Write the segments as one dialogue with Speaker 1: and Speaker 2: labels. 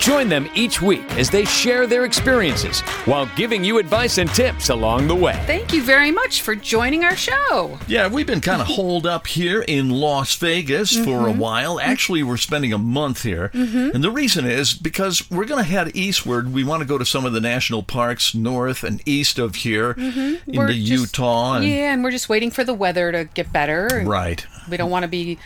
Speaker 1: Join them each week as they share their experiences while giving you advice and tips along the way.
Speaker 2: Thank you very much for joining our show.
Speaker 3: Yeah, we've been
Speaker 2: Mm-hmm.
Speaker 3: kind of holed up here in Las Vegas for a while.
Speaker 2: Mm-hmm.
Speaker 3: Actually, we're spending a month here. And the reason is because we're going to head eastward. We want to go to some of the national parks north and east of here into
Speaker 2: Mm-hmm. We're just-
Speaker 3: Utah. And,
Speaker 2: Yeah, and we're just waiting for the weather to get better.
Speaker 3: Right.
Speaker 2: We don't want to be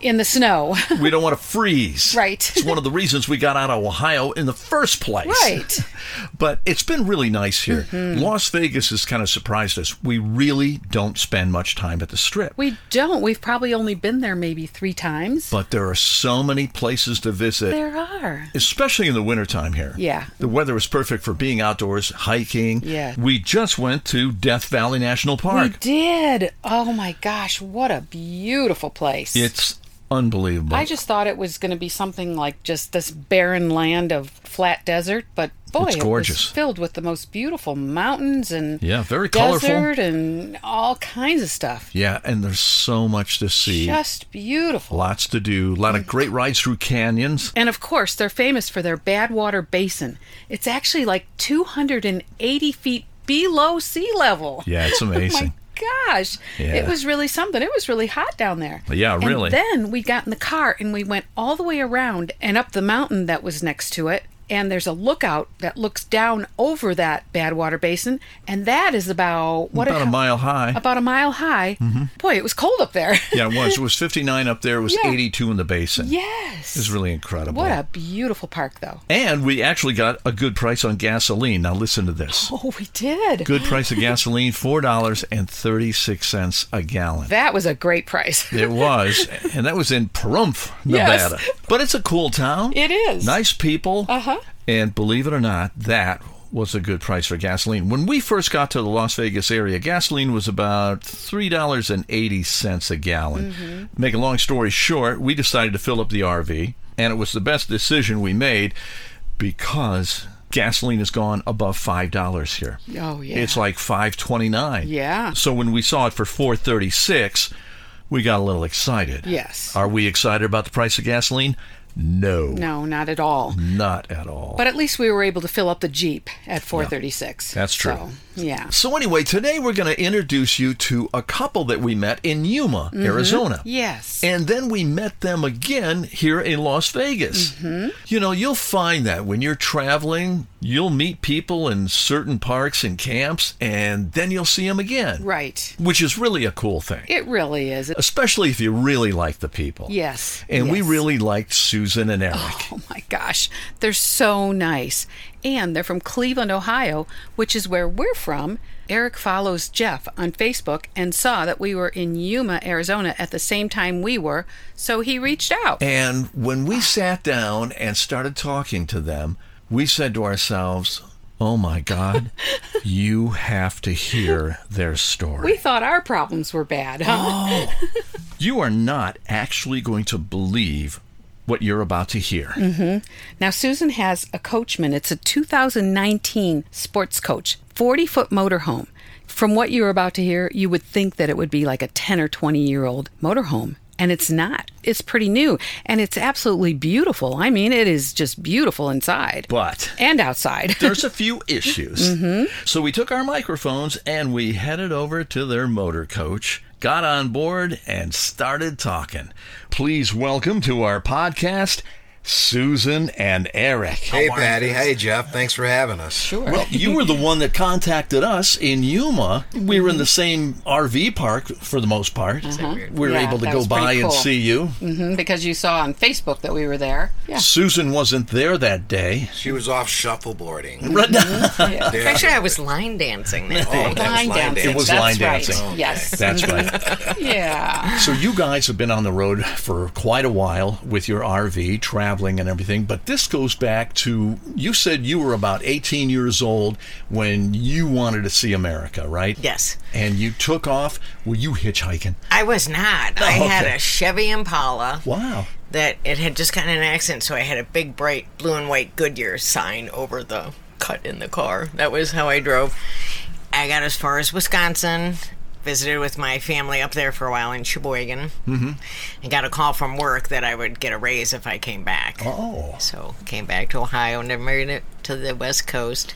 Speaker 2: in the snow.
Speaker 3: We don't want to freeze.
Speaker 2: Right.
Speaker 3: it's one of the reasons we got out of Ohio in the first place.
Speaker 2: right. Mm-hmm.
Speaker 3: But it's been really nice here. Las Vegas has kind of surprised us. We really don't spend much time at the strip.
Speaker 2: We don't. We've probably only been there maybe three times.
Speaker 3: but there are so many places to visit.
Speaker 2: there are.
Speaker 3: especially in the wintertime here.
Speaker 2: Yeah.
Speaker 3: The weather was perfect for being outdoors, hiking.
Speaker 2: Yeah.
Speaker 3: We just went to Death Valley National Park.
Speaker 2: We did. Oh my gosh, what a beautiful place.
Speaker 3: It's unbelievable.
Speaker 2: I just thought it was going to be something like just this barren land of flat desert, but boy,
Speaker 3: It's
Speaker 2: it was
Speaker 3: gorgeous.
Speaker 2: filled with the most beautiful mountains and
Speaker 3: Yeah, very
Speaker 2: desert
Speaker 3: colorful.
Speaker 2: and all kinds of stuff.
Speaker 3: yeah, and there's so much to see.
Speaker 2: Just beautiful.
Speaker 3: Lots to do. A lot of great rides through canyons.
Speaker 2: And of course, they're famous for their Badwater Basin. It's actually like 280 feet below sea level. Oh
Speaker 3: Yeah, it's amazing.
Speaker 2: My gosh. It
Speaker 3: Yeah.
Speaker 2: was really something. It was really hot down there.
Speaker 3: Yeah,
Speaker 2: And
Speaker 3: really.
Speaker 2: Then we got in the car and we went all the way around and up the mountain that was next to it. And there's a lookout that looks down over that Badwater Basin. And that is about, what
Speaker 3: About a mile Mm-hmm. high.
Speaker 2: About a mile high. Boy, it was cold up there.
Speaker 3: yeah, it was. It was 59 up there. It was
Speaker 2: Yeah.
Speaker 3: 82 in the basin.
Speaker 2: yes.
Speaker 3: It was really incredible.
Speaker 2: What a beautiful park, though.
Speaker 3: and we actually got a good price on gasoline. Now listen to this.
Speaker 2: Oh, we did.
Speaker 3: Good price of gasoline, $4.36 a gallon.
Speaker 2: That was a great price.
Speaker 3: It was, and that was in Pahrump, Nevada. But it's a cool town.
Speaker 2: It is.
Speaker 3: Nice people. Uh
Speaker 2: Uh-huh.
Speaker 3: And believe it or not, that was a good price for gasoline. When we first got to the Las Vegas area, gasoline was about three dollars and eighty cents a gallon.
Speaker 2: Mm-hmm.
Speaker 3: Make a long story short, we decided to fill up the RV, and it was the best decision we made because gasoline has gone above five dollars here.
Speaker 2: Oh yeah.
Speaker 3: It's like 529.
Speaker 2: Yeah.
Speaker 3: So when we saw it for 436, we got a little excited.
Speaker 2: Yes.
Speaker 3: Are we excited about the price of gasoline? No.
Speaker 2: no, not at all.
Speaker 3: Not at all.
Speaker 2: But at least we were able to fill up the Jeep at 436.
Speaker 3: That's true.
Speaker 2: So, yeah.
Speaker 3: so anyway, today we're going to introduce you to a couple that we met in Yuma,
Speaker 2: Mm-hmm.
Speaker 3: Arizona.
Speaker 2: Yes.
Speaker 3: And then we met them again here in Las Vegas.
Speaker 2: Mm-hmm.
Speaker 3: You know, you'll find that when you're traveling, you'll meet people in certain parks and camps, and then you'll see them again,
Speaker 2: right.
Speaker 3: which is really a cool thing.
Speaker 2: It really is. It-
Speaker 3: especially if you really like the people.
Speaker 2: Yes,
Speaker 3: And we
Speaker 2: yes.
Speaker 3: really liked Susan and Eric.
Speaker 2: oh my gosh, they're so nice. And they're from Cleveland, Ohio, which is where we're from. Eric follows Jeff on Facebook and saw that we were in Yuma, Arizona at the same time we were, so he reached out.
Speaker 3: And when we sat down and started talking to them, we said to ourselves, Oh my God, you have to hear their story.
Speaker 2: we thought our problems were bad,
Speaker 3: Oh,
Speaker 2: huh?
Speaker 3: you are not actually going to believe what you're about to hear.
Speaker 2: Now, Susan has a coachman. It's a 2019 sports coach, 40 foot motorhome. From what you're about to hear, you would think that it would be like a 10 or 20 year old motorhome. And it's not. It's pretty new and it's absolutely beautiful. I mean, it is just beautiful inside
Speaker 3: But
Speaker 2: and outside.
Speaker 3: there's a few issues. So we took our microphones and we headed over to their motor coach, got on board, and started talking. Please welcome to our podcast, Susan and Eric.
Speaker 4: Hey, Patty. Hey, Jeff. Thanks for having us.
Speaker 2: Sure.
Speaker 3: Well, you were the one that contacted us in Yuma. We were in the same RV park for the most part. We were
Speaker 2: Yeah,
Speaker 3: able to
Speaker 2: that
Speaker 3: go
Speaker 2: was
Speaker 3: by
Speaker 2: pretty
Speaker 3: and
Speaker 2: cool.
Speaker 3: see you.
Speaker 2: hmm because you saw on Facebook that we were there. Yeah.
Speaker 3: Susan wasn't there that day.
Speaker 4: She was off shuffleboarding.
Speaker 3: Right
Speaker 2: yeah.
Speaker 4: Yeah.
Speaker 5: Mm-hmm. Actually, I was line dancing that
Speaker 4: Oh,
Speaker 5: day.
Speaker 4: that was
Speaker 2: Line dancing.
Speaker 3: It was
Speaker 2: That's
Speaker 3: line
Speaker 2: right.
Speaker 3: dancing. Okay.
Speaker 2: Yes.
Speaker 3: That's right.
Speaker 2: yeah.
Speaker 3: So you guys have been on the road for quite a while with your RV, traveling and everything, but this goes back to you said you were about 18 years old when you wanted to see America, right?
Speaker 5: Yes.
Speaker 3: And you took off. Were you hitchhiking?
Speaker 5: I was not. I had
Speaker 3: okay.
Speaker 5: a Chevy Impala
Speaker 3: Wow.
Speaker 5: that it had just gotten in an accident, so I had a big, bright blue and white Goodyear sign over the cut in the car. That was how I drove. I got as far as Wisconsin, visited with my family up there for a while in Sheboygan, mm-hmm. and got a call from work that I would get a raise if I came back.
Speaker 3: Oh.
Speaker 5: So came back to Ohio, never married it to the West Coast.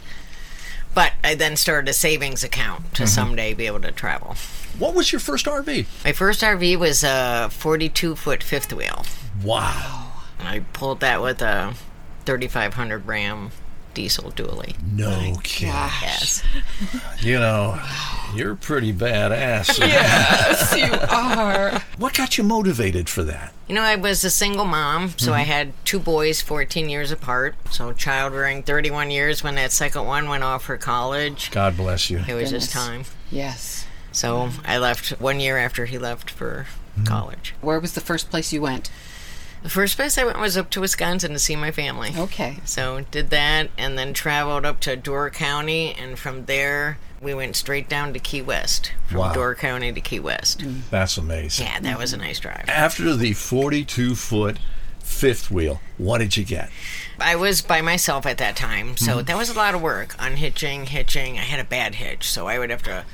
Speaker 5: But I then started a savings account
Speaker 3: Mm-hmm.
Speaker 5: to someday be able to travel.
Speaker 3: What was your first RV?
Speaker 5: My first RV was a 42 foot fifth wheel.
Speaker 3: Wow.
Speaker 5: I pulled that with a 3,500 gram diesel dually.
Speaker 3: No kidding.
Speaker 5: Yes.
Speaker 3: You know, you're pretty badass.
Speaker 2: Yes, you are.
Speaker 3: What got you motivated for that?
Speaker 5: You know, I was a single mom, so I had two boys 14 years apart. So, child rearing 31 years when that second one went off for college.
Speaker 3: God bless you.
Speaker 5: It was his
Speaker 2: Goodness.
Speaker 5: time.
Speaker 2: Yes.
Speaker 5: So, I left one year after he left for college.
Speaker 2: Where was the first place you went?
Speaker 5: The first place I went was up to Wisconsin to see my family.
Speaker 2: Okay.
Speaker 5: So did that, and then traveled up to Door County, and from there we went straight down to Key West. From
Speaker 3: Wow.
Speaker 5: Door County to Key West.
Speaker 3: That's amazing.
Speaker 5: Yeah, that was a nice drive.
Speaker 3: After the 42 foot fifth wheel, what did you get?
Speaker 5: I was by myself at that time, so
Speaker 3: Mm-hmm.
Speaker 5: that was a lot of work. Unhitching, hitching. I had a bad hitch, so I would have to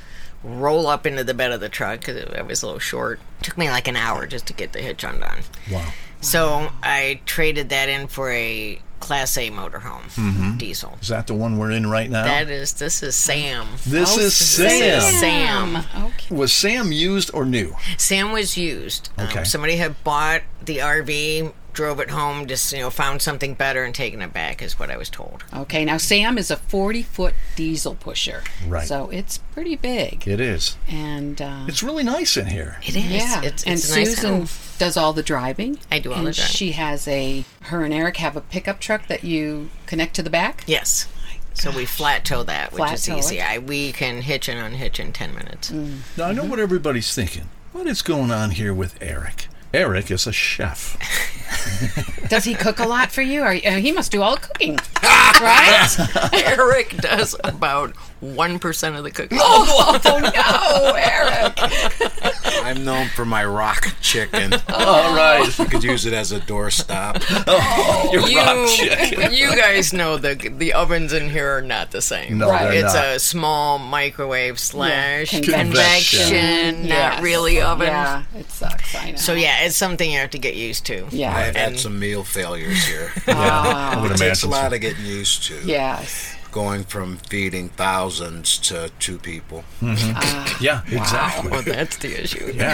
Speaker 5: roll up into the bed of the truck because I was a little short. took me like an hour just to get the hitch undone.
Speaker 3: Wow.
Speaker 5: So I traded that in for a Class A motorhome
Speaker 3: Mm-hmm.
Speaker 5: diesel.
Speaker 3: Is that the one we're in right now?
Speaker 5: That is, this is Sam.
Speaker 3: Oh. this
Speaker 2: Oh,
Speaker 3: is Sam.
Speaker 5: This is Sam.
Speaker 2: Okay.
Speaker 3: Was Sam used or new?
Speaker 5: Sam was used. Um,
Speaker 3: Okay.
Speaker 5: somebody had bought the RV, drove it home, just you know, found something better and taken it back is what I was told.
Speaker 2: Okay. Now Sam is a 40 foot diesel pusher.
Speaker 3: Right.
Speaker 2: So it's pretty big.
Speaker 3: It is.
Speaker 2: And uh,
Speaker 3: It's really nice in here.
Speaker 5: It is.
Speaker 2: yeah.
Speaker 5: It's, it's
Speaker 2: and
Speaker 5: a nice
Speaker 2: Susan
Speaker 5: house.
Speaker 2: does all the driving.
Speaker 5: I do all
Speaker 2: and
Speaker 5: the driving.
Speaker 2: She has a. Her and Eric have a pickup truck that you connect to the back.
Speaker 5: Yes. So we flat tow that, which
Speaker 2: Flat
Speaker 5: is
Speaker 2: tow
Speaker 5: easy.
Speaker 2: it. Mm.
Speaker 5: I, we can hitch and unhitch in ten minutes.
Speaker 3: Now, I know what everybody's thinking. What is going on here with Eric? Eric is a chef.
Speaker 2: Does he cook a lot for you? Or uh, he must do all the cooking, right?
Speaker 5: Eric does about one percent of the cooking.
Speaker 2: oh, no, Eric.
Speaker 4: I'm known for my rock chicken.
Speaker 5: Oh.
Speaker 3: All right.
Speaker 4: You could use it as a doorstop.
Speaker 3: You're
Speaker 5: You,
Speaker 3: rock shit.
Speaker 5: you guys know the the ovens in here are not the same.
Speaker 3: No,
Speaker 2: Right.
Speaker 3: they're
Speaker 5: it's
Speaker 3: not.
Speaker 5: a small microwave slash
Speaker 2: Convection.
Speaker 5: convection, not
Speaker 2: Yes.
Speaker 5: really oven.
Speaker 2: Yeah, it sucks. I know.
Speaker 5: So yeah, it's something you have to get used to.
Speaker 4: I
Speaker 2: yeah.
Speaker 4: have had some meal failures here.
Speaker 3: I would
Speaker 4: It takes a
Speaker 3: imagine.
Speaker 4: lot of getting used to.
Speaker 2: Yes.
Speaker 4: Going from feeding thousands to two people.
Speaker 3: so. Yeah, exactly.
Speaker 5: Well, that's the issue.
Speaker 3: Yeah.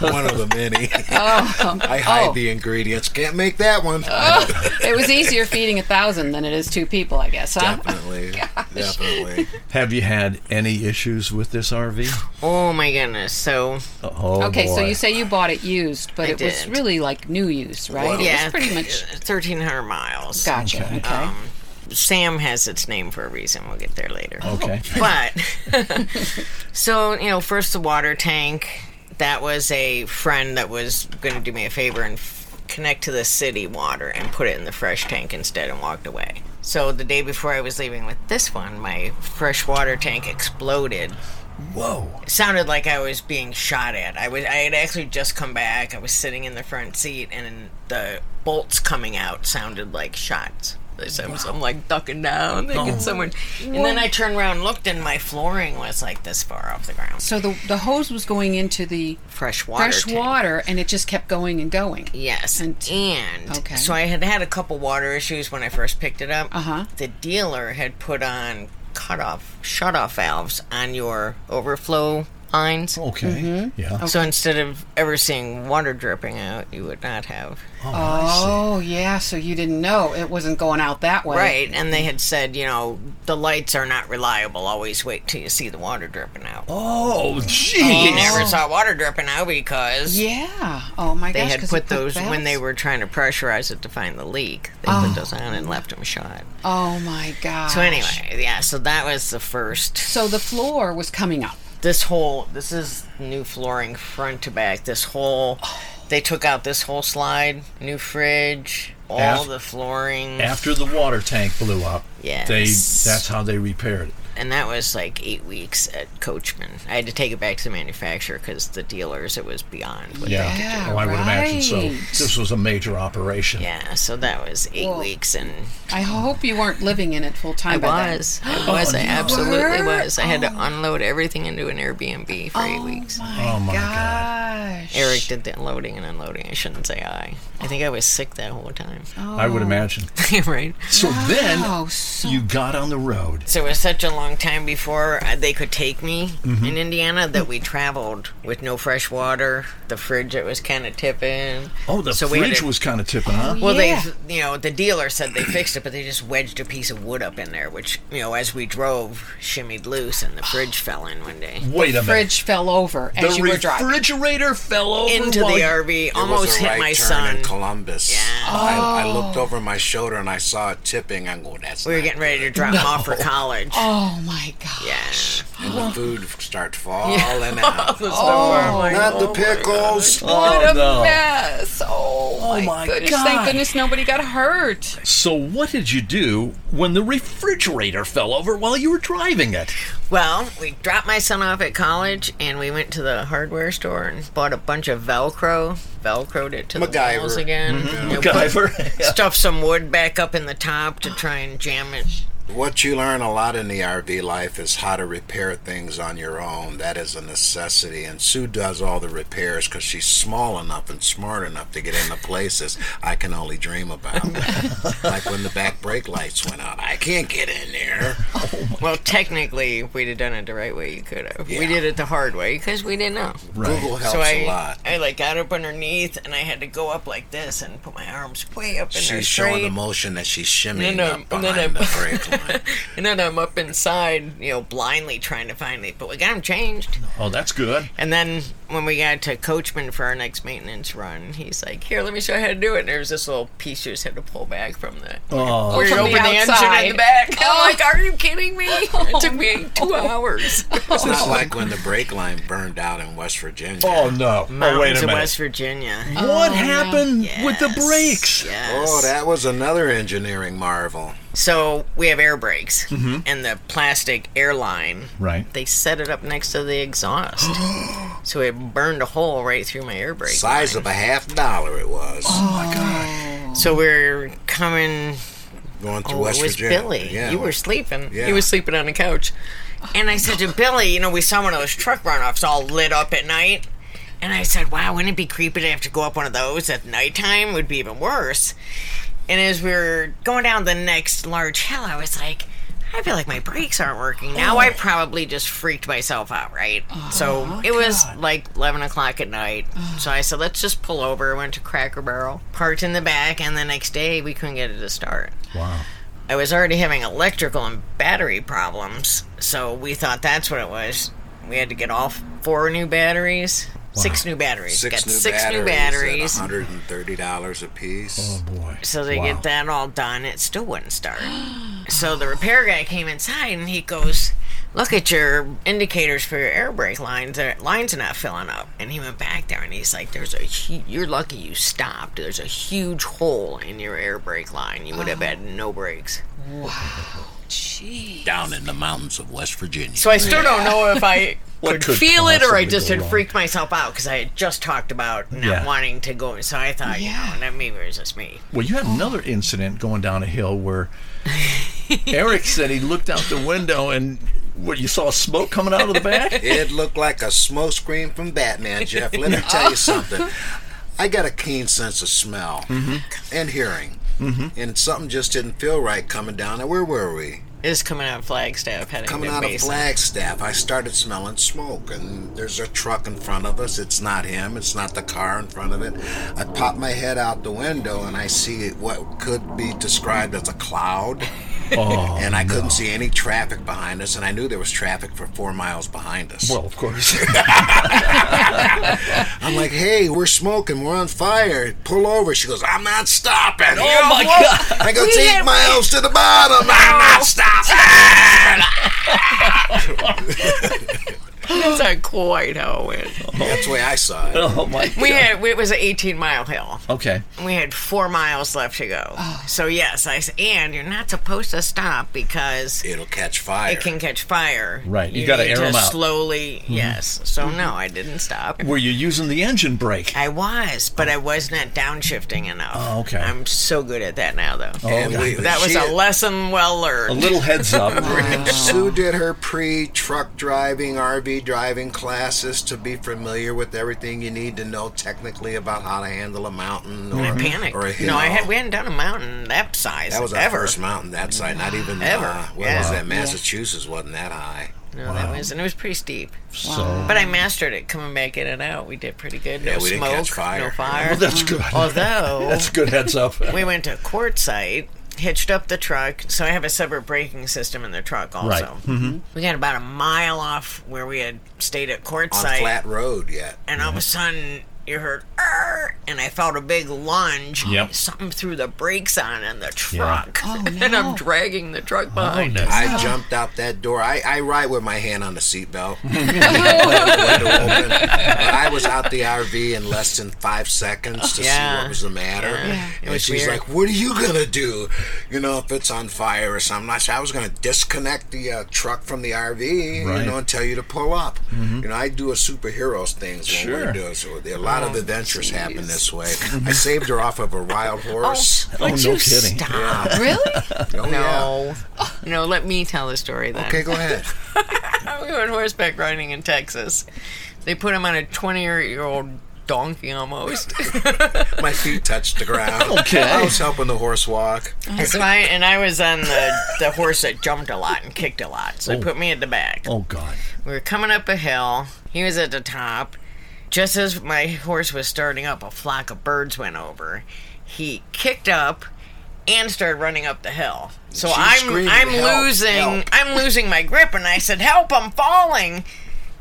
Speaker 4: one of the many. I hide
Speaker 2: Oh.
Speaker 4: the ingredients. Can't make that one.
Speaker 5: Oh.
Speaker 2: It was easier feeding a thousand than it is two people, I guess, huh?
Speaker 4: Definitely. Definitely.
Speaker 3: Have you had any issues with this RV?
Speaker 5: Oh my goodness. So
Speaker 3: Oh,
Speaker 2: Okay, so
Speaker 3: boy.
Speaker 2: you say you bought it used, but
Speaker 5: I
Speaker 2: it was
Speaker 5: did.
Speaker 2: really like new used, right? it
Speaker 5: yeah, Um,
Speaker 2: was pretty much
Speaker 5: thirteen hundred miles.
Speaker 2: gotcha. Okay.
Speaker 5: Sam has its name for a reason. We'll get there later.
Speaker 3: Okay.
Speaker 5: But so you know, first the water tank. That was a friend that was going to do me a favor and f- connect to the city water and put it in the fresh tank instead and walked away. So the day before I was leaving with this one, my fresh water tank exploded.
Speaker 3: Whoa.
Speaker 5: sounded like I was being shot at. I was I had actually just come back. I was sitting in the front seat, and the bolts coming out sounded like shots. So I'm, so I'm like ducking down, thinking someone. And then I turned around, and looked, and my flooring was like this far off the ground.
Speaker 2: So the the hose was going into the
Speaker 5: Fresh water.
Speaker 2: fresh
Speaker 5: tank.
Speaker 2: water, and it just kept going and going.
Speaker 5: Yes. And,
Speaker 2: And- Okay.
Speaker 5: so I had had a couple water issues when I first picked it up.
Speaker 2: Uh-huh.
Speaker 5: The dealer had put on cutoff, shut off valves on your overflow lines.
Speaker 3: Okay. Yeah.
Speaker 5: So instead of ever seeing water dripping out, you would not have.
Speaker 2: Oh, yeah. So you didn't know it wasn't going out that way.
Speaker 5: Right. And they had said, you know, the lights are not reliable. Always wait till you see the water dripping out.
Speaker 3: Oh,
Speaker 5: You
Speaker 3: jeez.
Speaker 5: never saw water dripping out because
Speaker 2: Yeah. Oh my
Speaker 5: they
Speaker 2: gosh.
Speaker 5: had
Speaker 2: 'cause
Speaker 5: put
Speaker 2: it
Speaker 5: those when they
Speaker 2: valves-
Speaker 5: were trying to pressurize it to find the leak. They put those on and left them shut.
Speaker 2: Oh my god.
Speaker 5: So anyway, yeah. So that was the first.
Speaker 2: So the floor was coming up.
Speaker 5: This whole this is new flooring front to back. This whole they took out this whole slide, new fridge, all
Speaker 3: Af-
Speaker 5: the flooring.
Speaker 3: After the water tank blew up,
Speaker 5: Yes.
Speaker 3: they that's how they repaired it.
Speaker 5: and that was like eight weeks at Coachman. I had to take it back to the manufacturer because the dealers it was beyond. What
Speaker 3: Yeah.
Speaker 5: They could do.
Speaker 2: Yeah,
Speaker 3: oh, I would imagine so.
Speaker 2: right.
Speaker 3: This was a major operation.
Speaker 5: Yeah, so that was eight
Speaker 2: Well,
Speaker 5: weeks, and
Speaker 2: I hope you weren't living in it full time.
Speaker 5: I
Speaker 2: by then.
Speaker 5: was, I was, I
Speaker 3: no.
Speaker 5: absolutely
Speaker 2: Were?
Speaker 5: was. I had to unload everything into an Airbnb for eight weeks.
Speaker 3: Oh my god.
Speaker 2: Gosh.
Speaker 5: Eric did the loading and unloading. I shouldn't say I. I think I was sick that whole time.
Speaker 3: I would imagine.
Speaker 5: right?
Speaker 3: So then
Speaker 2: Oh, so
Speaker 3: you got on the road.
Speaker 5: So it was such a long time before uh, they could take me
Speaker 3: Mm-hmm.
Speaker 5: in Indiana that we traveled with no fresh water. The fridge it was kind of tipping.
Speaker 3: Oh, the
Speaker 5: So we had
Speaker 3: fridge
Speaker 5: to-
Speaker 3: was kind of tipping, huh?
Speaker 5: Well,
Speaker 2: Yeah.
Speaker 5: they, you know, the dealer said they fixed it, but they just wedged a piece of wood up in there, which, you know, as we drove, shimmied loose, and the fridge fell in one day.
Speaker 3: Wait a minute.
Speaker 2: fridge fell over as
Speaker 3: the
Speaker 2: you were driving.
Speaker 3: refrigerator fell over
Speaker 5: Into
Speaker 3: while
Speaker 5: the
Speaker 3: you-
Speaker 5: RV,
Speaker 4: It was
Speaker 5: almost
Speaker 4: a
Speaker 5: hit
Speaker 4: right
Speaker 5: my
Speaker 4: turn
Speaker 5: son.
Speaker 4: in Columbus.
Speaker 5: Yeah. Oh.
Speaker 4: I, I looked over my shoulder and I saw it tipping. I'm going, that's
Speaker 5: We were
Speaker 4: not
Speaker 5: getting ready to drop him off for college.
Speaker 2: oh my god.
Speaker 5: Yeah.
Speaker 4: And the food starts falling out.
Speaker 5: Oh.
Speaker 4: Not the pickles.
Speaker 2: Oh, What a
Speaker 3: no.
Speaker 2: mess. Oh, my,
Speaker 3: my
Speaker 2: goodness.
Speaker 3: God.
Speaker 2: Thank goodness nobody got hurt.
Speaker 3: So what did you do when the refrigerator fell over while you were driving it?
Speaker 5: Well, we dropped my son off at college, and we went to the hardware store and bought a bunch of Velcro. Velcroed it to the
Speaker 4: MacGyver. Mm-hmm.
Speaker 5: walls again. You know,
Speaker 3: MacGyver.
Speaker 5: Stuff some wood back up in the top to try and jam it
Speaker 4: What you learn a lot in the RV life is how to repair things on your own. That is a necessity. And Sue does all the repairs because she's small enough and smart enough to get into places I can only dream about. like when the back brake lights went out. I can't get in there.
Speaker 5: Well, technically, if we'd have done it the right way, you could have. We
Speaker 4: Yeah.
Speaker 5: did it the hard way because we didn't know.
Speaker 4: Google helps
Speaker 5: so I,
Speaker 4: a lot.
Speaker 5: I like got up underneath and I had to go up like this and put my arms way up in there
Speaker 4: She's showing
Speaker 5: straight.
Speaker 4: the motion that she's shimmying
Speaker 5: No, no,
Speaker 4: up
Speaker 5: no, no.
Speaker 4: behind the brake line.
Speaker 5: and then I'm up inside, you know, blindly trying to find it. But we got him changed.
Speaker 3: Oh, that's good.
Speaker 5: And then when we got to Coachman for our next maintenance run, he's like, "Here, let me show you how to do it." And there's this little piece you just had to pull back from the.
Speaker 3: Oh,
Speaker 5: Where you
Speaker 2: from the
Speaker 5: open the, engine
Speaker 2: outside.
Speaker 5: in the back.
Speaker 2: Oh.
Speaker 5: I'm like, are you kidding me? It took me two hours.
Speaker 3: Oh,
Speaker 4: It's not like when the brake line burned out in West Virginia.
Speaker 3: oh no. oh, wait
Speaker 5: Mountains
Speaker 3: a
Speaker 5: of
Speaker 3: minute.
Speaker 5: West Virginia.
Speaker 3: what happened with the
Speaker 5: Yes,
Speaker 3: brakes?
Speaker 5: Yes.
Speaker 4: Oh, that was another engineering marvel.
Speaker 5: So we have air brakes, and the plastic airline.
Speaker 3: Right.
Speaker 5: They set it up next to the exhaust, so it burned a hole right through my air brake.
Speaker 4: Size of a half dollar it was.
Speaker 5: Oh. So we're coming.
Speaker 4: Going through
Speaker 5: Oh,
Speaker 4: West
Speaker 5: it was
Speaker 4: Virginia.
Speaker 5: Billy.
Speaker 4: Yeah,
Speaker 5: you were sleeping.
Speaker 4: Yeah.
Speaker 5: He was sleeping on the couch, and I said to Billy, "You know, we saw one of those truck runoffs all lit up at night." And I said, wow, wouldn't it be creepy to have to go up one of those at nighttime? would be even worse. And as we were going down the next large hill, I was like, I feel like my brakes aren't working. Now I probably just freaked myself out, right? so it was like 11 o'clock at night. So I said, let's just pull over. Went to Cracker Barrel, parked in the back, and the next day we couldn't get it to start.
Speaker 3: Wow.
Speaker 5: I was already having electrical and battery problems, so we thought that's what it was. We had to get all four new batteries, six new batteries.
Speaker 4: Six
Speaker 5: got
Speaker 4: new
Speaker 5: six
Speaker 4: batteries.
Speaker 5: new batteries.
Speaker 4: At $130 a
Speaker 3: Oh
Speaker 4: piece.
Speaker 3: boy.
Speaker 5: So they
Speaker 3: Wow.
Speaker 5: get that all done. It still wouldn't start. so the repair guy came inside and he goes, "Look at your indicators for your air brake lines. Their lines are not filling up." And he went back there and he's like, "There's a hu- you're lucky you stopped. There's a huge hole in your air brake line. You would have had
Speaker 4: Oh.
Speaker 5: no brakes."
Speaker 4: Down in the mountains of West Virginia.
Speaker 5: So I still don't know if I could,
Speaker 3: could
Speaker 5: feel it or I
Speaker 3: possibly
Speaker 5: just
Speaker 3: go
Speaker 5: had
Speaker 3: wrong?
Speaker 5: freaked myself out because I had just talked about not
Speaker 3: Yeah.
Speaker 5: wanting to go. So I thought,
Speaker 2: Yeah.
Speaker 5: you know, that maybe it was just me.
Speaker 3: Well, you had another incident going down a hill where Eric said he looked out the window and what you saw smoke coming out of the back.
Speaker 4: It looked like a smoke screen from Batman, Jeff. Let me
Speaker 5: Oh.
Speaker 4: tell you something. I got a keen sense of
Speaker 5: Mm-hmm.
Speaker 4: smell and hearing. And something just didn't feel right coming down. Now, where were we?
Speaker 5: is coming out of Flagstaff heading
Speaker 4: Coming
Speaker 5: to
Speaker 4: out of
Speaker 5: Mesa.
Speaker 4: Flagstaff, I started smelling smoke, and there's a truck in front of us. It's not him, it's not the car in front of it. I pop my head out the window, and I see what could be described as a cloud.
Speaker 3: Oh,
Speaker 4: and I couldn't see any traffic behind us, and I knew there was traffic for four miles behind us.
Speaker 3: well, of course.
Speaker 4: I'm like, hey, we're smoking, we're on fire, pull over. She goes, I'm not stopping. Oh
Speaker 1: my
Speaker 4: God. I go, it's eight miles to the bottom, I'm not stopping.
Speaker 5: That's not quite how it went.
Speaker 4: That's the way I saw it.
Speaker 3: oh my.
Speaker 5: We had it was an 18 mile hill.
Speaker 3: Okay.
Speaker 5: We had four miles left to go.
Speaker 3: Oh.
Speaker 5: So yes, I s- and you're not supposed to stop because
Speaker 4: It'll catch fire.
Speaker 5: it can catch fire.
Speaker 3: Right, you gotta
Speaker 5: need
Speaker 3: air 'em Mm-hmm. out.
Speaker 5: Slowly, yes. So no, I didn't stop.
Speaker 3: Were you using the engine brake?
Speaker 5: I was, but I was not downshifting enough.
Speaker 3: Oh, okay. Oh,
Speaker 5: I'm so good at that now, though.
Speaker 4: And we-
Speaker 5: that was
Speaker 4: she-
Speaker 5: a lesson well learned.
Speaker 3: A little heads up.
Speaker 4: Sue did her pre truck driving, RV driving classes to be familiar with everything you need to know technically about how to handle a mountain or,
Speaker 5: I panicked.
Speaker 4: or a hill.
Speaker 5: No, I had we hadn't done a mountain that size
Speaker 4: That was our
Speaker 5: ever.
Speaker 4: first mountain that side. Not even
Speaker 5: Ever.
Speaker 4: Uh, what
Speaker 5: Yeah.
Speaker 4: was that? Massachusetts wasn't that high.
Speaker 5: No, that was and it was pretty steep.
Speaker 3: so
Speaker 5: But I mastered it coming back in and out. We did pretty good. No
Speaker 4: Yeah, we didn't
Speaker 5: smoke,
Speaker 4: catch fire.
Speaker 5: no fire.
Speaker 3: well, that's good.
Speaker 5: Oh, Although
Speaker 3: that's a good heads up.
Speaker 5: we went to quartzite, hitched up the truck. So I have a separate braking system in the truck also.
Speaker 3: Right.
Speaker 4: Mm-hmm.
Speaker 5: We got about a mile off where we had stayed at
Speaker 4: On
Speaker 5: quartzite,
Speaker 4: flat Mm-hmm. road yet.
Speaker 5: and all of a sudden you heard "Arr!" and I felt a big lunge.
Speaker 3: Yep.
Speaker 5: Something threw the brakes on in the truck,
Speaker 4: Oh,
Speaker 5: and I'm dragging the truck
Speaker 3: Oh,
Speaker 5: behind.
Speaker 3: no.
Speaker 4: I jumped out that door. I, I ride with my hand on the seatbelt. Let the window open. But I was out the RV in less than five seconds to see
Speaker 5: Yeah.
Speaker 4: what was the matter.
Speaker 5: It
Speaker 4: And
Speaker 5: was
Speaker 4: she's
Speaker 5: weird.
Speaker 4: like, What are you going to do? You know, if it's on fire or something. I said, I was going to disconnect the uh, truck from the RV,
Speaker 3: Right.
Speaker 4: you know, and tell you to pull up.
Speaker 5: Mm-hmm.
Speaker 4: You know, I do a superheroes things when
Speaker 3: Sure.
Speaker 4: we're doing so. A lot
Speaker 5: Oh,
Speaker 4: of adventures happen this way. I saved her off of a wild horse.
Speaker 3: Oh,
Speaker 5: Would
Speaker 3: no
Speaker 5: you
Speaker 3: kidding.
Speaker 5: Stop.
Speaker 2: Really?
Speaker 4: Oh, yeah.
Speaker 5: No. No, let me tell the story then.
Speaker 4: Okay, go ahead.
Speaker 5: we went horseback riding in Texas. They put him on a 20 year old donkey almost.
Speaker 4: My feet touched the ground.
Speaker 3: Okay.
Speaker 4: I was helping the horse walk.
Speaker 5: so I, and I was on the, the horse that jumped a lot and kicked a lot. So they put me at the back.
Speaker 3: Oh God.
Speaker 5: We were coming up a hill. He was at the top. Just as my horse was starting up, a flock of birds went over. He kicked up and started running up the hill. So
Speaker 4: She
Speaker 5: I'm
Speaker 4: screamed,
Speaker 5: I'm
Speaker 4: "Help,
Speaker 5: losing
Speaker 4: help."
Speaker 5: I'm losing my grip and I said, "Help, I'm falling."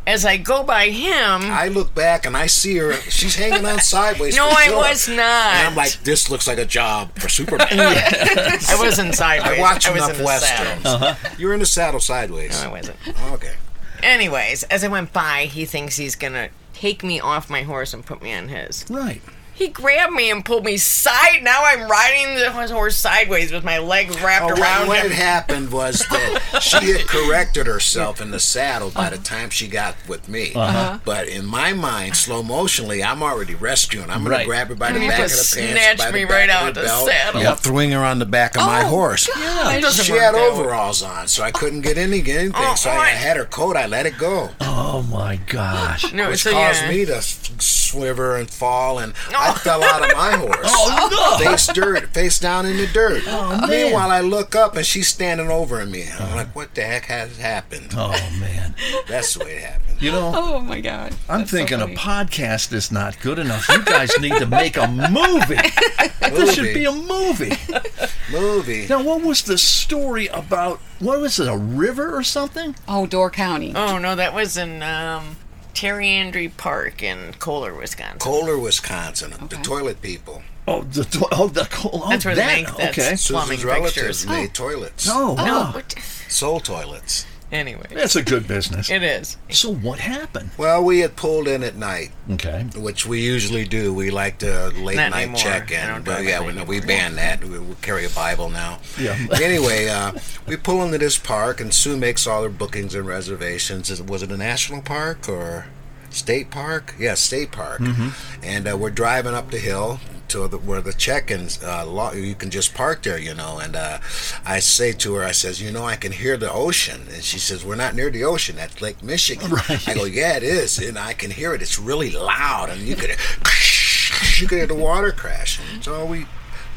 Speaker 5: As I go by him,
Speaker 4: I look back and I see her. She's hanging on sideways.
Speaker 5: No,
Speaker 4: for
Speaker 5: I
Speaker 4: sure.
Speaker 5: was not.
Speaker 4: And I'm like, this looks like a job for Superman.
Speaker 5: I wasn't sideways.
Speaker 4: I watch
Speaker 5: was
Speaker 4: enough
Speaker 5: in the saddle.
Speaker 4: westerns. You're in the saddle sideways.
Speaker 5: No, I wasn't.
Speaker 4: okay.
Speaker 5: Anyways, as I went by, he thinks he's gonna take me off my horse and put me on his.
Speaker 3: Right.
Speaker 5: He grabbed me and pulled me side. Now I'm riding the horse sideways with my legs wrapped
Speaker 4: Oh, what,
Speaker 5: around
Speaker 4: what had
Speaker 5: him.
Speaker 4: happened was that she had corrected herself in the saddle by the time she got with me. But in my mind, slow motionally, I'm already rescuing. I'm going
Speaker 3: Right.
Speaker 4: to grab her by the
Speaker 5: You
Speaker 4: back of
Speaker 5: just
Speaker 4: the pants, by
Speaker 5: snatched
Speaker 4: the
Speaker 5: me
Speaker 4: back
Speaker 5: right
Speaker 4: of
Speaker 5: out
Speaker 4: the
Speaker 5: of the
Speaker 4: belt,
Speaker 5: saddle. Oh,
Speaker 4: and I'm throwing her on the back of my horse.
Speaker 5: It doesn't
Speaker 4: She
Speaker 5: work
Speaker 4: had
Speaker 5: that way. Oh,
Speaker 4: overalls on, so I couldn't get any get anything. so I, I had her coat. I let it go,
Speaker 3: Oh my gosh.
Speaker 5: No,
Speaker 4: which
Speaker 5: so
Speaker 4: caused
Speaker 5: yeah. Oh.
Speaker 4: me to s- swiver and fall, and I fell out of my horse. Face dirt, face down in the dirt.
Speaker 5: Oh,
Speaker 4: Uh, Meanwhile, I look up and she's standing over me. I'm
Speaker 5: Uh-huh.
Speaker 4: like, "What the heck has happened?"
Speaker 3: Oh man.
Speaker 4: That's the way it happened.
Speaker 3: You know,
Speaker 2: Oh my God.
Speaker 3: I'm thinking a podcast is not good enough. You guys need to make a movie. This should be a movie.
Speaker 4: Movie.
Speaker 3: Now, what was the story about? What was it? A river or something?
Speaker 2: Oh, Door County.
Speaker 5: Oh no, that was in um, Terry Andrew Park in Kohler, Wisconsin.
Speaker 4: Kohler, Wisconsin. The
Speaker 2: Okay.
Speaker 4: toilet people.
Speaker 3: Oh, the to- oh the coal. Oh,
Speaker 5: That's where they
Speaker 3: that-
Speaker 5: make that
Speaker 3: Okay.
Speaker 5: s- Plumbing
Speaker 4: Susan's relatives
Speaker 5: fixtures.
Speaker 4: made toilets.
Speaker 3: Oh,
Speaker 5: no,
Speaker 3: wow.
Speaker 5: what?
Speaker 4: Soul toilets.
Speaker 5: anyway,
Speaker 3: that's a good business.
Speaker 5: it is.
Speaker 3: So what happened?
Speaker 4: Well, we had pulled in at night.
Speaker 3: Okay.
Speaker 4: which we usually do. We like to late
Speaker 5: Not
Speaker 4: night
Speaker 5: anymore.
Speaker 4: check
Speaker 5: I
Speaker 4: in.
Speaker 5: don't
Speaker 4: But
Speaker 5: drive
Speaker 4: yeah,
Speaker 5: late
Speaker 4: we, no, we ban that. We, we carry a Bible now.
Speaker 3: Yeah.
Speaker 4: anyway, uh, we pull into this park, and Sue makes all her bookings and reservations. Is- Was it a national park or state park? Yeah, state park. And uh, we're driving up the hill. To the, where the check-ins, uh, lo- you can just park there, you know. And uh, I say to her, I says, you know, I can hear the ocean, and she says, we're not near the ocean. That's Lake Michigan. I go, yeah, it is, and I can hear it. It's really loud, and you could you could hear the water crashing. So we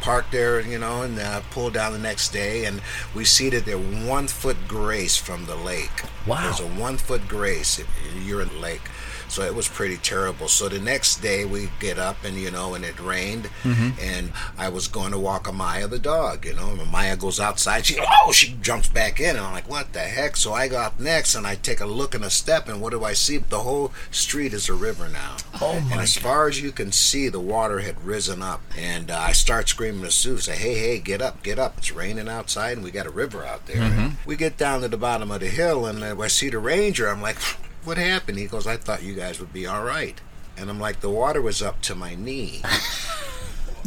Speaker 4: parked there, you know, and uh, pulled down the next day, and we seated there one foot grace from the lake.
Speaker 3: Wow.
Speaker 4: There's a one foot grace. If you're in the lake. So it was pretty terrible. So the next day we get up and you know, and it rained, and I was going to walk Amaya the dog. You know, and Amaya goes outside. She oh, she jumps back in, and I'm like, what the heck? So I go up next, and I take a look and a step, and what do I see? The whole street is a river now. Oh my! And as far as you can see, the water had risen up, and uh, I start screaming to Sue, say, hey, hey, get up, get up! It's raining outside, and we got a river out there. And we get down to the bottom of the hill, and uh, I see the ranger. I'm like what happened? He goes, I thought you guys would be all right. And I'm like, the water was up to my knee.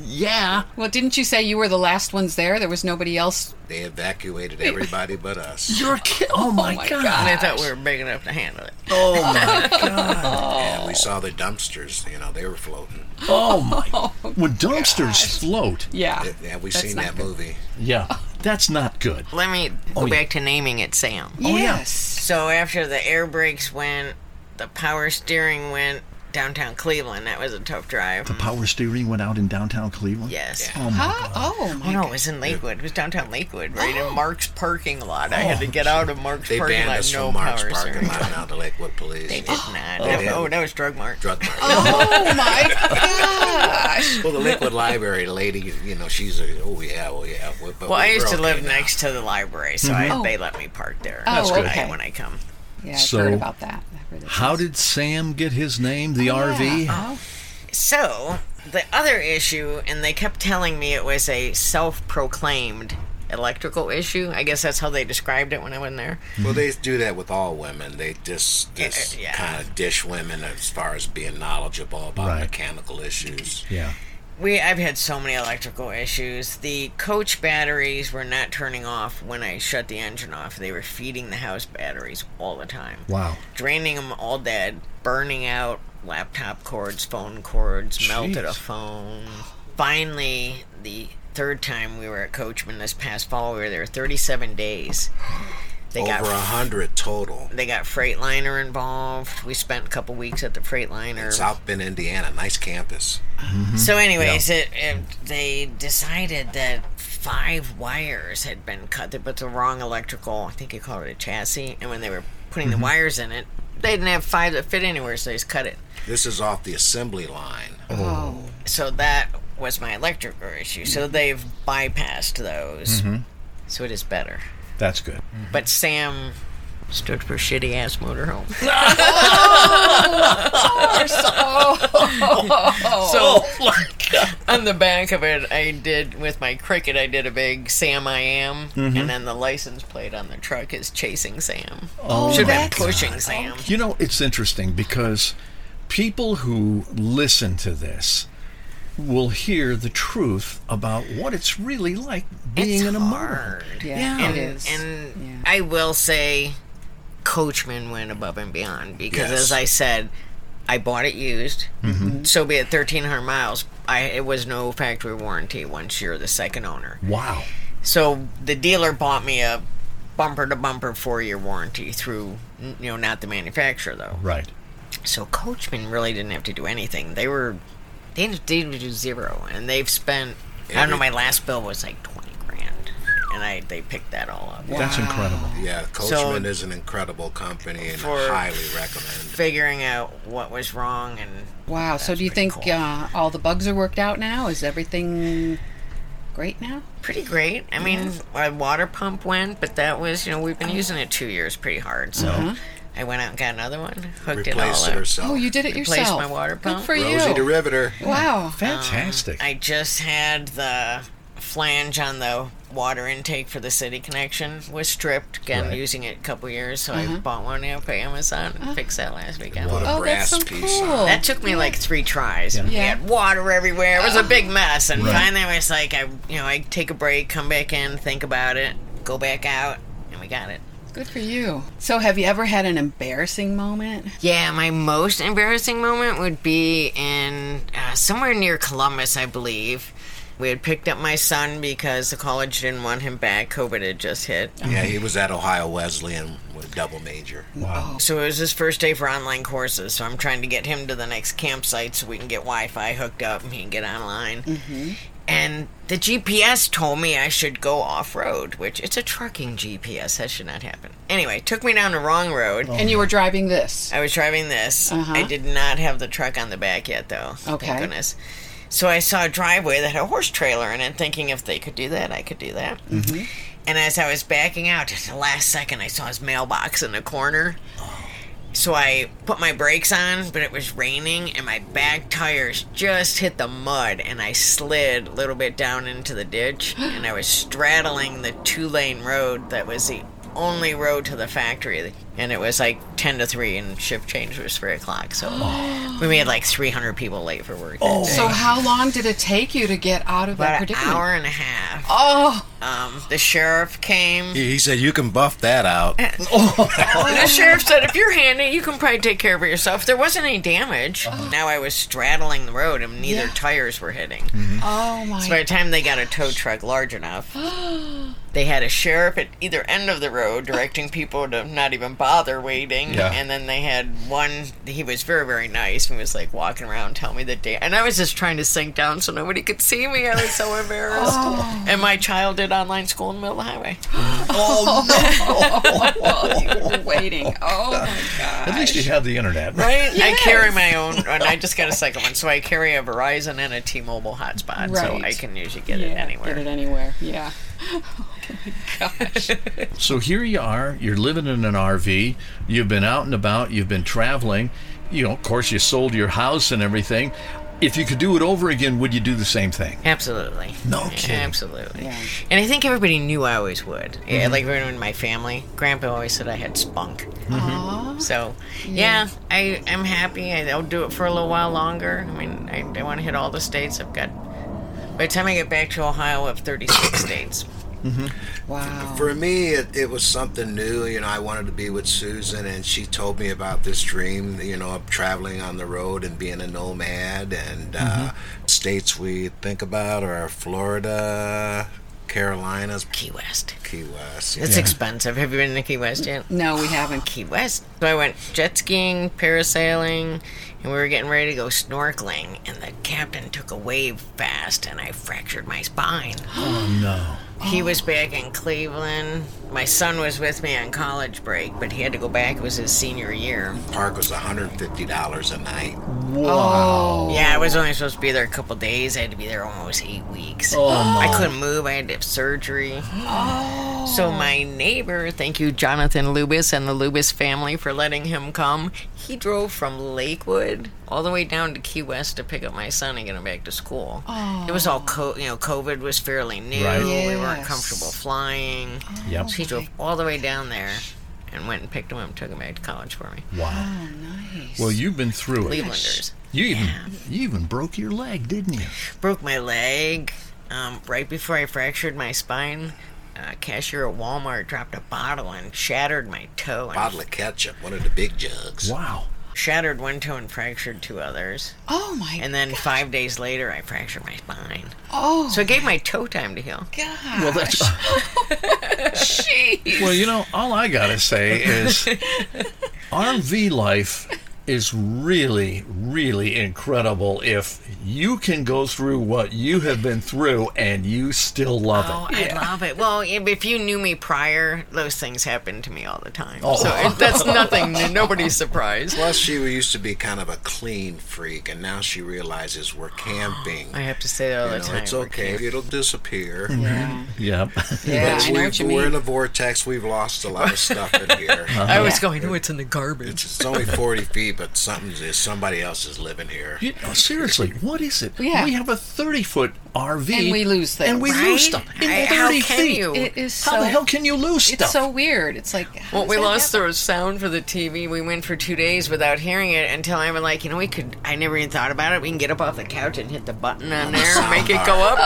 Speaker 3: Yeah.
Speaker 2: Well, didn't you say you were the last ones there? There was nobody else.
Speaker 4: They evacuated everybody but us.
Speaker 3: You're kidding. Oh, my God.
Speaker 5: I thought we were big enough to handle it.
Speaker 3: Oh, my God.
Speaker 4: And we saw the dumpsters, you know, they were floating.
Speaker 3: Oh, my. When dumpsters float,
Speaker 5: Ah,
Speaker 2: Yeah.
Speaker 4: Yeah, we
Speaker 2: That's
Speaker 4: seen
Speaker 2: not
Speaker 4: that
Speaker 2: good.
Speaker 4: movie.
Speaker 3: yeah, that's not good.
Speaker 5: Let me go
Speaker 3: Oh, yeah.
Speaker 5: back to naming it Sam.
Speaker 3: yeah.
Speaker 2: Yes.
Speaker 5: So after the air brakes went, the power steering went downtown Cleveland. That was a tough drive.
Speaker 3: Power steering went out in downtown Cleveland?
Speaker 5: yes.
Speaker 4: Yeah.
Speaker 2: Huh? Oh, my
Speaker 5: Oh, no, it was in Lakewood. It was downtown Lakewood, right in Mark's parking lot. I had to get out of Mark's
Speaker 4: Oh. They
Speaker 5: parking
Speaker 4: banned
Speaker 5: lot.
Speaker 4: us
Speaker 5: no
Speaker 4: from Mark's
Speaker 5: power
Speaker 4: parking
Speaker 5: steering.
Speaker 4: lot now to Lakewood Police.
Speaker 5: They did not.
Speaker 4: did.
Speaker 5: oh, that was drug mart.
Speaker 4: Drug mart.
Speaker 2: Oh my gosh.
Speaker 4: Well, the Lakewood Library lady, you know, she's a, oh yeah, oh yeah. But
Speaker 5: Well, I
Speaker 4: we're
Speaker 5: used to
Speaker 4: okay
Speaker 5: live
Speaker 4: now.
Speaker 5: next to the library, so I,
Speaker 4: Mm-hmm.
Speaker 5: they let me park there
Speaker 2: That's
Speaker 5: at
Speaker 2: good.
Speaker 5: night
Speaker 2: okay.
Speaker 5: when I come.
Speaker 2: Yeah, I've
Speaker 3: So-
Speaker 2: heard about that. I've heard it.
Speaker 3: How did Sam get his name,
Speaker 5: Oh,
Speaker 3: the RV?
Speaker 2: Yeah.
Speaker 5: So, the other issue, and they kept telling me it was a self proclaimed electrical issue. I guess that's how they described it when I went there.
Speaker 4: Well, they do that with all women. They just, just
Speaker 5: Uh, yeah.
Speaker 4: kind of dish women as far as being knowledgeable about
Speaker 3: Right.
Speaker 4: mechanical issues.
Speaker 3: Yeah.
Speaker 5: We I've had so many electrical issues. The coach batteries were not turning off when I shut the engine off. They were feeding the house batteries all the time.
Speaker 3: Wow.
Speaker 5: Draining them all dead, burning out laptop cords, phone cords, melted a
Speaker 3: Jeez.
Speaker 5: phone. Finally, the third time we were at Coachman this past fall, we were there 37 days. They
Speaker 4: Over a
Speaker 5: got
Speaker 4: hundred total.
Speaker 5: they got Freightliner involved. We spent a couple weeks at the Freightliner.
Speaker 4: South Bend, Indiana, nice campus.
Speaker 5: So, anyways, it, it, they decided that five wires had been cut. They put the wrong electrical, I think you call it a chassis, and when they were putting the wires in it, they didn't have five that fit anywhere, so they just cut it.
Speaker 4: This is off the assembly line.
Speaker 2: Oh.
Speaker 5: So that was my electrical issue. So they've bypassed those. So it is better.
Speaker 3: That's good.
Speaker 5: But Sam stood for shitty ass motorhome. so on the back of it, I did with my cricket. I did a big Sam I am, and then the license plate on the truck is chasing Sam. Oh, should have been
Speaker 2: that's-
Speaker 5: pushing Sam.
Speaker 3: You know, it's interesting because people who listen to this will hear the truth about what it's really like being
Speaker 5: It's
Speaker 3: in a
Speaker 5: hard.
Speaker 3: martyr.
Speaker 2: Yeah,
Speaker 3: Yeah.
Speaker 2: it is.
Speaker 5: And
Speaker 2: Yeah.
Speaker 5: I will say, Coachman went above and beyond because,
Speaker 4: Yes.
Speaker 5: as I said, I bought it used.
Speaker 2: Mm-hmm.
Speaker 5: So be it thirteen hundred miles. I it was no factory warranty once you're the second owner.
Speaker 3: Wow.
Speaker 5: So the dealer bought me a bumper to bumper four year warranty through, n- you know, not the manufacturer though.
Speaker 3: Right.
Speaker 5: So Coachman really didn't have to do anything. They were, they didn't, they didn't do zero, and they've spent. I don't know. My last bill was like twenty grand, and I they picked that all up.
Speaker 3: That's incredible.
Speaker 5: Um,
Speaker 4: Yeah, Coachman is an incredible company and
Speaker 5: For-
Speaker 4: highly recommend.
Speaker 5: Figuring out what was wrong and
Speaker 2: Wow. So do you
Speaker 5: pretty
Speaker 2: think
Speaker 5: cool.
Speaker 2: uh, all the bugs are worked out now? Is everything great now?
Speaker 5: pretty great. I mean, our water pump went, but that was you know we've been
Speaker 4: Oh.
Speaker 5: using it two years pretty hard. So I went out and got another one, hooked it all
Speaker 4: Replace Mm-hmm. it
Speaker 5: up.
Speaker 4: herself.
Speaker 2: Oh, you did it
Speaker 5: Replaced
Speaker 2: yourself.
Speaker 5: my water
Speaker 2: Good
Speaker 5: pump.
Speaker 2: for
Speaker 4: Rosie
Speaker 2: you.
Speaker 4: the Riveter.
Speaker 2: wow.
Speaker 3: Fantastic.
Speaker 5: I just had the flange on the water intake for the city connection was stripped. Again,
Speaker 3: Right.
Speaker 5: using it a couple years, so I bought one off of Amazon and fixed that last weekend.
Speaker 4: Put a
Speaker 2: Oh, that's
Speaker 4: brass
Speaker 2: so
Speaker 4: piece
Speaker 2: cool.
Speaker 4: on it.
Speaker 5: That took me like three tries. We
Speaker 2: Yeah.
Speaker 5: had water everywhere. It was a big mess, and finally, I was like, I you know, I take a break, come back in, think about it, go back out, and we got it.
Speaker 2: Good for you. So have you ever had an embarrassing moment?
Speaker 5: Yeah, my most embarrassing moment would be in uh, somewhere near Columbus, I believe. We had picked up my son because the college didn't want him back. COVID had just hit.
Speaker 4: Yeah, he was at Ohio Wesleyan with double major.
Speaker 3: wow.
Speaker 5: So it was his first day for online courses. So I'm trying to get him to the next campsite so we can get Wi Fi hooked up and he can get online. and the GPS told me I should go off road, which it's a trucking GPS. That should not happen. Anyway, took me down the wrong road.
Speaker 2: And you were driving this.
Speaker 5: I was driving this. I did not have the truck on the back yet, though.
Speaker 2: Okay.
Speaker 5: Thank goodness. So I saw a driveway that had a horse trailer in it, thinking if they could do that, I could do that. Mm-hmm. And as I was backing out, just the last second, I saw his mailbox in the corner. So I put my brakes on, but it was raining, and my back tires just hit the mud, and I slid a little bit down into the ditch, and I was straddling the two lane road that was the only road to the factory, and it was like 10 to 3, and shift change was 3 o'clock. So we made like 300 people late for work. Oh,
Speaker 2: So how long did it take you to get out of that
Speaker 5: about an
Speaker 2: predicament?
Speaker 5: hour and a half.
Speaker 2: Oh,
Speaker 5: Um, the sheriff came.
Speaker 4: He said you can buff that out.
Speaker 5: the sheriff said, if you're handy, you can probably take care of yourself. There wasn't any damage. Now I was straddling the road and neither
Speaker 2: Yeah.
Speaker 5: tires were hitting.
Speaker 2: oh my.
Speaker 5: So by the time they got a tow truck large enough, they had a sheriff at either end of the road directing people to not even bother waiting.
Speaker 3: Yeah.
Speaker 5: And then they had one, he was very, very nice and was like walking around telling me the day. And I was just trying to sink down so nobody could see me. I was so embarrassed. And my child did online school in the middle of the highway.
Speaker 2: you were waiting. Oh my god.
Speaker 3: At least you have the internet.
Speaker 5: Right? I carry my own, and I just got a second one. So I carry a Verizon and a T Mobile hotspot.
Speaker 2: Right.
Speaker 5: So I can usually get it
Speaker 2: Yeah,
Speaker 5: anywhere.
Speaker 2: Get it anywhere. Yeah.
Speaker 3: So here you are. You're living in an RV. You've been out and about. You've been traveling. You know, of course, you sold your house and everything. If you could do it over again, would you do the same thing?
Speaker 5: Absolutely.
Speaker 3: No kidding.
Speaker 5: Absolutely.
Speaker 2: Yeah.
Speaker 5: And I think everybody knew I always would. Yeah,
Speaker 3: Mm-hmm.
Speaker 5: like everyone in my family, Grandpa always said I had spunk. So, yeah, I, I'm happy. I, I'll do it for a little while longer. I mean, I, I want to hit all the states. I've got, by the time I get back to Ohio, I have 36 states.
Speaker 2: Wow.
Speaker 4: For me, it, it was something new. You know, I wanted to be with Susan, and she told me about this dream, you know, of traveling on the road and being a nomad. And uh, states we think about are Florida, Carolinas,
Speaker 5: Key West.
Speaker 4: Key West.
Speaker 5: It's expensive. Have you been to Key West yet?
Speaker 2: No, we haven't.
Speaker 5: Key West. So I went jet skiing, parasailing, and we were getting ready to go snorkeling. And the captain took a wave fast, and I fractured my spine.
Speaker 3: No.
Speaker 5: He was back in Cleveland. My son was with me on college break, but he had to go back. It was his senior year.
Speaker 4: Park was $150 a night.
Speaker 3: Wow.
Speaker 5: Yeah, I was only supposed to be there a couple days. I had to be there almost eight weeks.
Speaker 3: Oh,
Speaker 5: I couldn't move. I had to have surgery. So my neighbor, thank you, Jonathan Lubis and the Lubis family for letting him come. He drove from Lakewood all the way down to Key West to pick up my son and get him back to school. It was all, co- you know, COVID was fairly new.
Speaker 3: Right.
Speaker 5: We weren't
Speaker 2: Yes.
Speaker 5: comfortable flying.
Speaker 3: Yep.
Speaker 5: So he drove all the way down there and went and picked him up and took him back to college for me.
Speaker 3: Wow. Well, you've been through it.
Speaker 5: Clevelanders.
Speaker 3: You even you even broke your leg, didn't you?
Speaker 5: broke my leg um, right before I fractured my spine. A cashier at Walmart dropped a bottle and shattered my toe. And
Speaker 4: Bottle of ketchup, one of the big jugs.
Speaker 3: Wow.
Speaker 5: Shattered one toe and fractured two others.
Speaker 2: Oh my
Speaker 5: And then five days later, I fractured my spine.
Speaker 2: Oh
Speaker 5: So it gave my toe time to heal.
Speaker 2: god.
Speaker 3: Well, that's. Well, you know, all I gotta say is, RV life is really, really incredible. If you can go through what you have been through and you still love
Speaker 5: Oh,
Speaker 3: it,
Speaker 5: I love it. Well, if if you knew me prior, those things happened to me all the time.
Speaker 3: Oh.
Speaker 5: So it, that's nothing. new. Nobody's surprised.
Speaker 4: Plus, she used to be kind of a clean freak, and now she realizes we're camping.
Speaker 5: Oh, I have to say that all
Speaker 4: You
Speaker 5: the
Speaker 4: know,
Speaker 5: time.
Speaker 4: it's okay. It'll disappear.
Speaker 3: yep.
Speaker 2: Yeah, I know
Speaker 4: we,
Speaker 2: what you
Speaker 4: are in
Speaker 2: mean.
Speaker 4: a vortex. We've lost a lot of stuff in here.
Speaker 5: I was going, oh, it's in the garbage.
Speaker 4: It's only 40 feet, but something's is somebody else is living here.
Speaker 3: You know, seriously, what is it?
Speaker 2: Yeah.
Speaker 3: We have a thirty-foot RV,
Speaker 2: And we lose things.
Speaker 3: and we
Speaker 5: Right?
Speaker 3: lose stuff. In 30
Speaker 5: I- how can
Speaker 3: feet.
Speaker 5: you?
Speaker 2: It is
Speaker 3: How
Speaker 2: so
Speaker 3: the hell can you lose
Speaker 2: It's
Speaker 3: stuff?
Speaker 2: so weird. It's like how
Speaker 5: Well,
Speaker 2: does
Speaker 5: we
Speaker 2: that
Speaker 5: lost
Speaker 2: happen?
Speaker 5: the sound for the TV. We went for two days without hearing it until I was like, you know, we could. I never even thought about it. We can get up off the couch and hit the button on there and make it go up.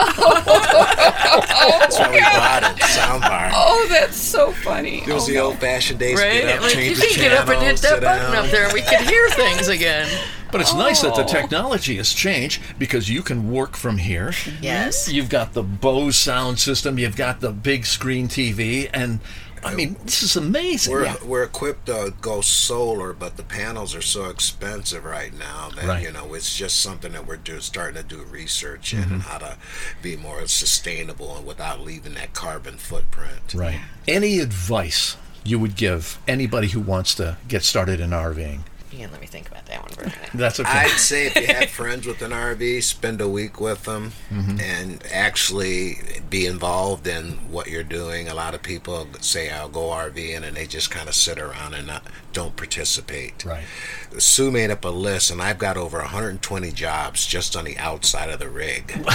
Speaker 4: That's why we bought it. Soundbar.
Speaker 2: Oh, that's so funny.
Speaker 4: It was
Speaker 2: Oh,
Speaker 4: the old fashioned days.
Speaker 5: Right?
Speaker 4: Get up,
Speaker 5: Like, you
Speaker 4: change
Speaker 5: can
Speaker 4: the
Speaker 5: get up and
Speaker 4: channel,
Speaker 5: hit
Speaker 4: sit
Speaker 5: that button
Speaker 4: down.
Speaker 5: up there and we could hear things again.
Speaker 3: But it's nice that the technology has changed because you can work from here.
Speaker 5: Yes.
Speaker 3: You've got the Bose sound system, you've got the big screen TV, and I mean, this is amazing.
Speaker 4: We're, we're equipped to go solar, but the panels are so expensive right now that
Speaker 3: Right.
Speaker 4: you know it's just something that we're do, starting to do research in and how to be more sustainable and without leaving that carbon footprint.
Speaker 3: Right. Any advice you would give anybody who wants to get started in RVing?
Speaker 5: Yeah, let me think about that one for a minute.
Speaker 3: That's okay.
Speaker 4: I'd say if you have friends with an RV, spend a week with them
Speaker 3: Mm-hmm.
Speaker 4: and actually be involved in what you're doing. A lot of people say, I'll go RVing, and they just kind of sit around and not, don't participate.
Speaker 3: Right.
Speaker 4: Sue made up a list, and I've got over 120 jobs just on the outside of the rig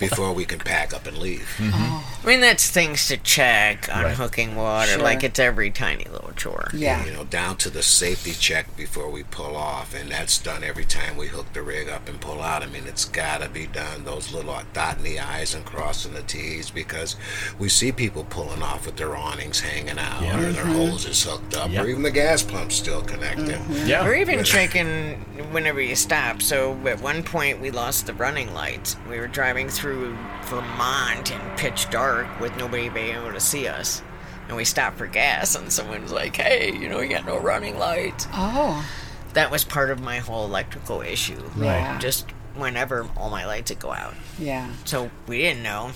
Speaker 4: before we can pack up and leave.
Speaker 3: Mm-hmm.
Speaker 5: I mean, that's things to check, unhooking water,
Speaker 2: Sure.
Speaker 5: like it's every tiny little chore.
Speaker 2: Yeah.
Speaker 4: You know, down to the safety check before we pull off, and that's done every time we hook the rig up and pull out. I mean, it's got to be done. Those little dotting the i's and crossing the t's because we see people pulling off with their awnings hanging out, or their hoses hooked
Speaker 3: Yep.
Speaker 4: up,
Speaker 3: Mm-hmm.
Speaker 4: or even the gas pump still connected.
Speaker 3: yeah.
Speaker 5: Or even checking whenever you stop. So at one point, we lost the running lights. We were driving through Vermont in pitch dark with nobody being able to see us. And we stopped for gas, and someone's like, hey, you know, you got no running lights.
Speaker 2: Oh,
Speaker 5: That was part of my whole electrical issue.
Speaker 2: Yeah.
Speaker 5: Just whenever all my lights would go out.
Speaker 2: yeah.
Speaker 5: so we didn't know.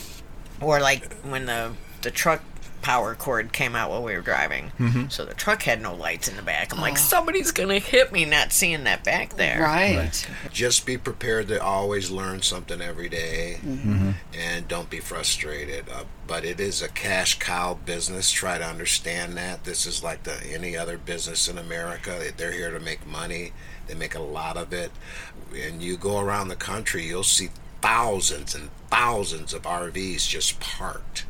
Speaker 5: Or like when the the truck power cord came out while we were driving,
Speaker 4: Mm-hmm.
Speaker 5: so the truck had no lights in the back. I'm like, somebody's gonna hit me not seeing that back there.
Speaker 2: Oh. Right.
Speaker 4: Just be prepared to always learn something every day, and don't be frustrated. Uh, but it is a cash cow business. Try to understand that. This is like the any other business in America. They're here to make money. They make a lot of it. And you go around the country, you'll see thousands and thousands of RVs just parked.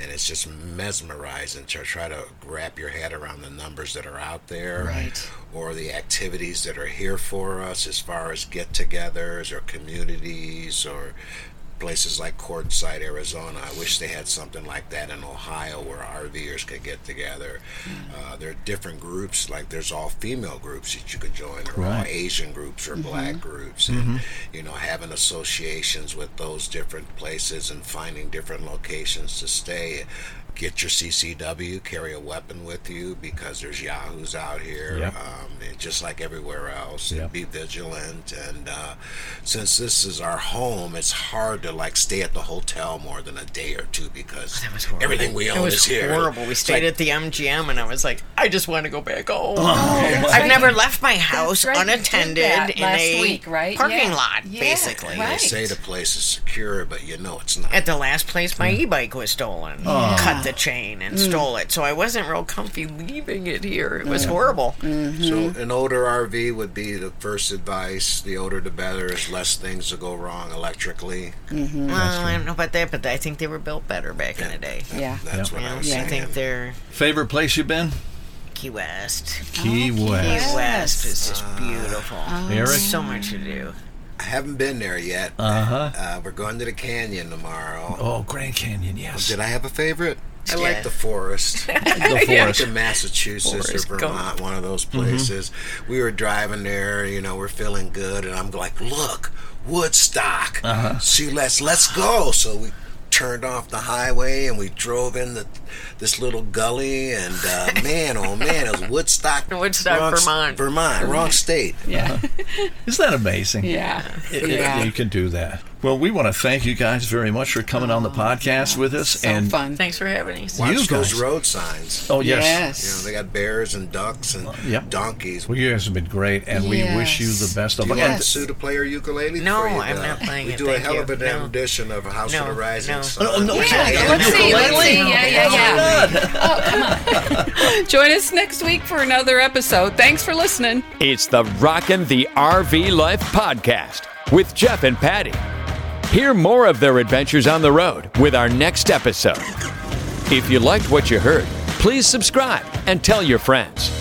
Speaker 4: And it's just mesmerizing to try to wrap your head around the numbers that are out there
Speaker 3: Right.
Speaker 4: or the activities that are here for us as far as get togethers or communities or places like Quartzsite, Arizona. I wish they had something like that in Ohio where RVers could get together. Uh, there are different groups, like there's all female groups that you could join, or all
Speaker 3: Right.
Speaker 4: Asian groups or black groups, and you know, having associations with those different places and finding different locations to stay. Get your CCW, carry a weapon with you because there's Yahoos out here.
Speaker 3: Yep.
Speaker 4: Um, and just like everywhere else,
Speaker 3: Yep.
Speaker 4: be vigilant. And uh, since this is our home, it's hard to like stay at the hotel more than a day or two because
Speaker 5: That was horrible.
Speaker 4: everything we own
Speaker 5: It was
Speaker 4: is here.
Speaker 5: horrible. We
Speaker 4: It's like-
Speaker 5: stayed at the MGM, and I was like, I just want to go back home.
Speaker 2: that's
Speaker 5: I've
Speaker 2: right.
Speaker 5: never left my house
Speaker 2: right, you did
Speaker 5: unattended
Speaker 2: that
Speaker 5: in
Speaker 2: last
Speaker 5: a
Speaker 2: week, right?
Speaker 5: parking
Speaker 2: Yeah.
Speaker 5: lot,
Speaker 2: Yeah,
Speaker 5: basically.
Speaker 4: They
Speaker 2: right.
Speaker 4: say the place is secure, but you know it's not.
Speaker 5: At the last place, my e-bike was stolen. Cut the chain and
Speaker 2: Mm.
Speaker 5: stole it, so I wasn't real comfy leaving it here. It was horrible.
Speaker 4: So an older RV would be the first advice. The older, the better. Is less things to go wrong electrically.
Speaker 5: Well, Uh, I don't know about that, but I think they were built better back in the day.
Speaker 2: Yeah.
Speaker 4: That's what
Speaker 5: You
Speaker 4: I
Speaker 5: know,
Speaker 4: was
Speaker 5: I
Speaker 4: saying.
Speaker 5: think they're
Speaker 3: Favorite place you've been?
Speaker 5: Key West.
Speaker 2: Oh,
Speaker 3: Key
Speaker 5: Key
Speaker 3: West.
Speaker 5: West is
Speaker 2: Uh,
Speaker 5: just beautiful.
Speaker 3: Eric?
Speaker 5: so much to do.
Speaker 4: I haven't been there yet.
Speaker 3: Uh-huh.
Speaker 4: Uh, we're going to the canyon tomorrow.
Speaker 3: Oh, Grand Canyon, yes.
Speaker 4: Did I have a favorite? I
Speaker 5: Yeah.
Speaker 4: like the forest.
Speaker 3: The forest. Mm-hmm.
Speaker 4: to Massachusetts
Speaker 5: Forrest
Speaker 4: or
Speaker 5: Gump.
Speaker 4: Vermont, one of those places. We were driving there, you know, we're feeling good, and I'm like, look, Woodstock.
Speaker 3: Uh-huh.
Speaker 4: See, let's let's go. So we turned off the highway and we drove in the this little gully, and uh, man, oh man, it was Woodstock,
Speaker 5: Woodstock,
Speaker 4: wrong s-
Speaker 5: Vermont.
Speaker 4: Vermont, wrong state.
Speaker 2: Yeah.
Speaker 3: Isn't that amazing?
Speaker 2: Yeah.
Speaker 3: It- it-
Speaker 2: Yeah.
Speaker 3: You can do that. Well, we want to thank you guys very much for coming on the podcast with us.
Speaker 2: So
Speaker 3: and
Speaker 2: fun.
Speaker 5: Thanks for having us.
Speaker 4: Watch
Speaker 3: You
Speaker 4: those
Speaker 3: guys-
Speaker 4: road signs.
Speaker 3: oh yes.
Speaker 4: You know,
Speaker 2: Yes.
Speaker 4: they got bears and ducks and
Speaker 3: Yep.
Speaker 4: donkeys.
Speaker 3: Well, you guys have been great, and we wish you the
Speaker 2: Yes.
Speaker 3: best of
Speaker 4: Do you
Speaker 3: luck.
Speaker 4: want
Speaker 3: And-
Speaker 4: Sue to play her ukulele?
Speaker 5: No,
Speaker 4: for you,
Speaker 5: I'm
Speaker 4: Doc?
Speaker 5: not playing
Speaker 4: we
Speaker 5: it,
Speaker 4: do a
Speaker 5: thank
Speaker 4: hell of
Speaker 5: you.
Speaker 4: an
Speaker 5: No.
Speaker 4: rendition of House
Speaker 5: No,
Speaker 4: of the Rising
Speaker 5: no.
Speaker 4: Sun.
Speaker 3: Oh, no,
Speaker 2: Yeah,
Speaker 3: yeah, yeah,
Speaker 2: let's
Speaker 3: yeah.
Speaker 2: see. Let's
Speaker 3: Let's
Speaker 2: see. Yeah,
Speaker 5: Oh
Speaker 2: yeah, yeah.
Speaker 3: Good.
Speaker 2: Join us next week for another episode. Thanks for listening.
Speaker 1: It's the Rockin' the RV Life podcast with Jeff and Patty. Hear more of their adventures on the road with our next episode. If you liked what you heard, please subscribe and tell your friends.